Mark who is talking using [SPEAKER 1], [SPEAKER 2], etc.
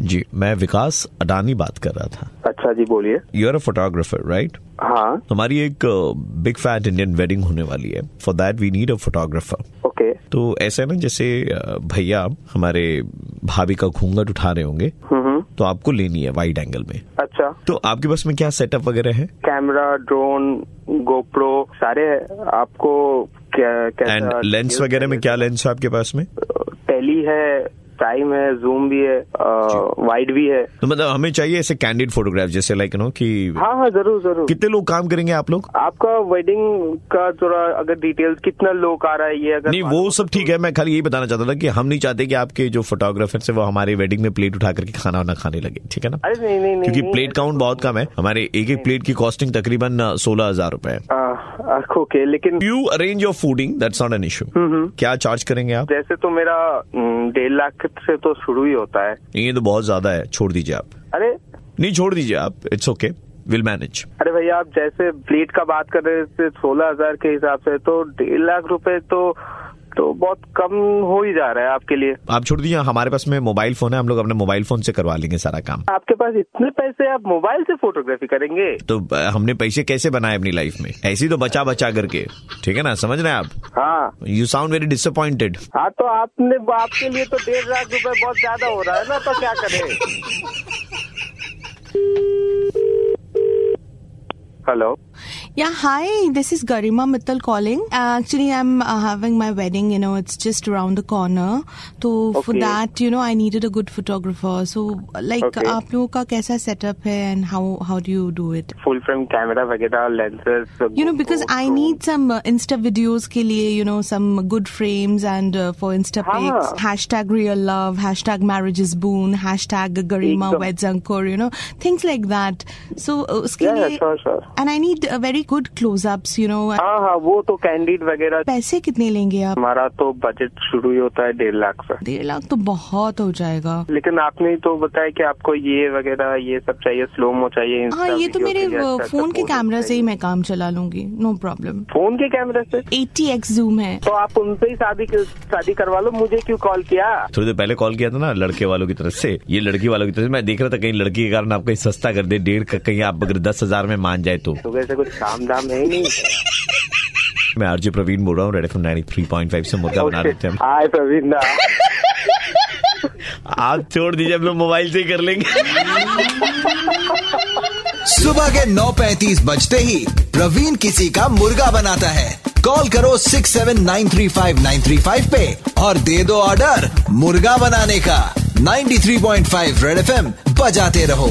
[SPEAKER 1] जी मैं विकास अडानी बात कर रहा था
[SPEAKER 2] अच्छा जी बोलिए
[SPEAKER 1] you are a photographer right
[SPEAKER 2] हाँ
[SPEAKER 1] हमारी एक uh, big fat Indian wedding होने वाली है for that we need a photographer
[SPEAKER 2] okay
[SPEAKER 1] तो ऐसा है ना जैसे uh, भैया हमारे भाभी का घूंघट उठा रहे होंगे
[SPEAKER 2] हम्म
[SPEAKER 1] तो आपको लेनी है वाइड एंगल में
[SPEAKER 2] अच्छा
[SPEAKER 1] तो आपके पास में क्या सेटअप वगैरह है
[SPEAKER 2] कैमरा ड्रोन गोप्रो सारे आपको क्या
[SPEAKER 1] एंड
[SPEAKER 2] कैसा
[SPEAKER 1] लेंस वगैरह में क्या लेंस है आपके पास में
[SPEAKER 2] टेली है प्राइम है जूम भी है वाइड भी है
[SPEAKER 1] तो मतलब हमें चाहिए ऐसे कैंडिड फोटोग्राफ जैसे लाइक नो कि
[SPEAKER 2] हाँ हाँ जरूर जरूर
[SPEAKER 1] कितने लोग काम करेंगे आप लोग
[SPEAKER 2] आपका वेडिंग का थोड़ा अगर डिटेल्स कितना लोग आ रहा है ये अगर
[SPEAKER 1] नहीं वो सब ठीक है मैं खाली यही बताना चाहता था कि हम नहीं चाहते कि आपके जो फोटोग्राफर है वो हमारी वेडिंग में प्लेट उठा करके खाना वाना खाने लगे ठीक है ना
[SPEAKER 2] अरे नहीं नहीं नहीं
[SPEAKER 1] क्योंकि
[SPEAKER 2] नहीं,
[SPEAKER 1] प्लेट काउंट बहुत कम है हमारे एक एक प्लेट की कॉस्टिंग तकरीबन सोलह हजार रूपए है
[SPEAKER 2] आ, आ, ओके लेकिन
[SPEAKER 1] you arrange your fooding that's not an issue क्या चार्ज करेंगे आप
[SPEAKER 2] जैसे तो मेरा हम्म, डेढ़ लाख से तो शुरू ही होता है
[SPEAKER 1] नहीं, ये तो बहुत ज्यादा है छोड़ दीजिए आप
[SPEAKER 2] अरे
[SPEAKER 1] नहीं छोड़ दीजिए आप इट्स ओके विल मैनेज
[SPEAKER 2] अरे भैया आप जैसे प्लेट का बात कर रहे थे सोलह हजार के हिसाब से तो डेढ़ लाख रुपए तो तो बहुत कम हो ही जा रहा है आपके लिए
[SPEAKER 1] आप छोड़ दीजिए हमारे पास में मोबाइल फोन है हम लोग अपने मोबाइल फोन से करवा लेंगे सारा काम
[SPEAKER 2] आपके पास इतने पैसे आप मोबाइल से फोटोग्राफी करेंगे
[SPEAKER 1] तो अ, हमने पैसे कैसे बनाए अपनी लाइफ में ऐसे ही तो बचा बचा करके ठीक है ना समझ रहे हैं आप
[SPEAKER 2] हाँ
[SPEAKER 1] यू साउंड वेरी डिसअपॉइंटेड
[SPEAKER 2] हाँ तो आपने आपके लिए तो डेढ़ लाख रुपए बहुत ज्यादा हो रहा है ना तो क्या करें hello
[SPEAKER 3] Yeah, hi. This is Garima Mittal calling. Uh, actually, I'm uh, having my wedding. You know, it's just around the corner. So for
[SPEAKER 2] Okay.
[SPEAKER 3] that, you know, I needed a good photographer. So like,
[SPEAKER 2] Okay.
[SPEAKER 3] आप लोगों का कैसा setup है and how how do you do it?
[SPEAKER 2] Full frame camera वगैरह lenses तो-
[SPEAKER 3] You know, because I need some uh, Insta videos के लिए, you know, some good frames and uh, for Insta
[SPEAKER 2] हाँ।
[SPEAKER 3] pics. Hashtag real love, hashtag marriage is boon, hashtag Garima
[SPEAKER 2] एकदम।
[SPEAKER 3] weds anchor, you know, things like that. So uh, उसके
[SPEAKER 2] Yeah,
[SPEAKER 3] लिए
[SPEAKER 2] sure, sure.
[SPEAKER 3] and I need uh, very good close-ups, you know.
[SPEAKER 2] हाँ हाँ वो तो candid वगैरह
[SPEAKER 3] पैसे कितने लेंगे आप
[SPEAKER 2] हमारा तो बजट शुरू ही होता है डेढ़ लाख से
[SPEAKER 3] डेढ़ लाख तो बहुत हो जाएगा
[SPEAKER 2] लेकिन आपने ही तो बताया कि आपको ये वगैरह ये सब चाहिए स्लोमो चाहिए
[SPEAKER 3] हाँ
[SPEAKER 2] Insta
[SPEAKER 3] ये तो
[SPEAKER 2] video
[SPEAKER 3] मेरे
[SPEAKER 2] चाहिए,
[SPEAKER 3] वो,
[SPEAKER 2] अच्छा
[SPEAKER 3] फोन
[SPEAKER 2] अच्छा
[SPEAKER 3] के
[SPEAKER 2] photos
[SPEAKER 3] कैमरा से ही
[SPEAKER 2] चाहिए।
[SPEAKER 3] मैं काम चला लूंगी नो प्रॉब्लम
[SPEAKER 2] फोन के कैमरा से
[SPEAKER 3] 80x जूम है
[SPEAKER 2] तो आप उनसे ही शादी शादी करवा लो मुझे क्यों कॉल किया
[SPEAKER 1] थोड़ी देर पहले कॉल किया था ना लड़के वालों की तरफ से ये लड़की वालों की तरफ से मैं देख रहा था कहीं लड़की के कारण आप कहीं सस्ता कर दे डेढ़ का कहीं आप अगर दस हजार में मान जाए तो
[SPEAKER 2] सुबह से कुछ काम धाम है ही नहीं
[SPEAKER 1] मैं आरजे प्रवीण बोल रहा हूँ red F nine three point five से मुर्गा बना लेते हैं हम।
[SPEAKER 2] हाय प्रवीण दा
[SPEAKER 1] आप छोड़ दीजिए हम लोग मोबाइल से ही कर लेंगे
[SPEAKER 4] सुबह के 9:35 बजते ही प्रवीण किसी का मुर्गा बनाता है कॉल करो 6793595 पे और दे दो ऑर्डर मुर्गा बनाने का 93.5 रेड एफएम बजाते रहो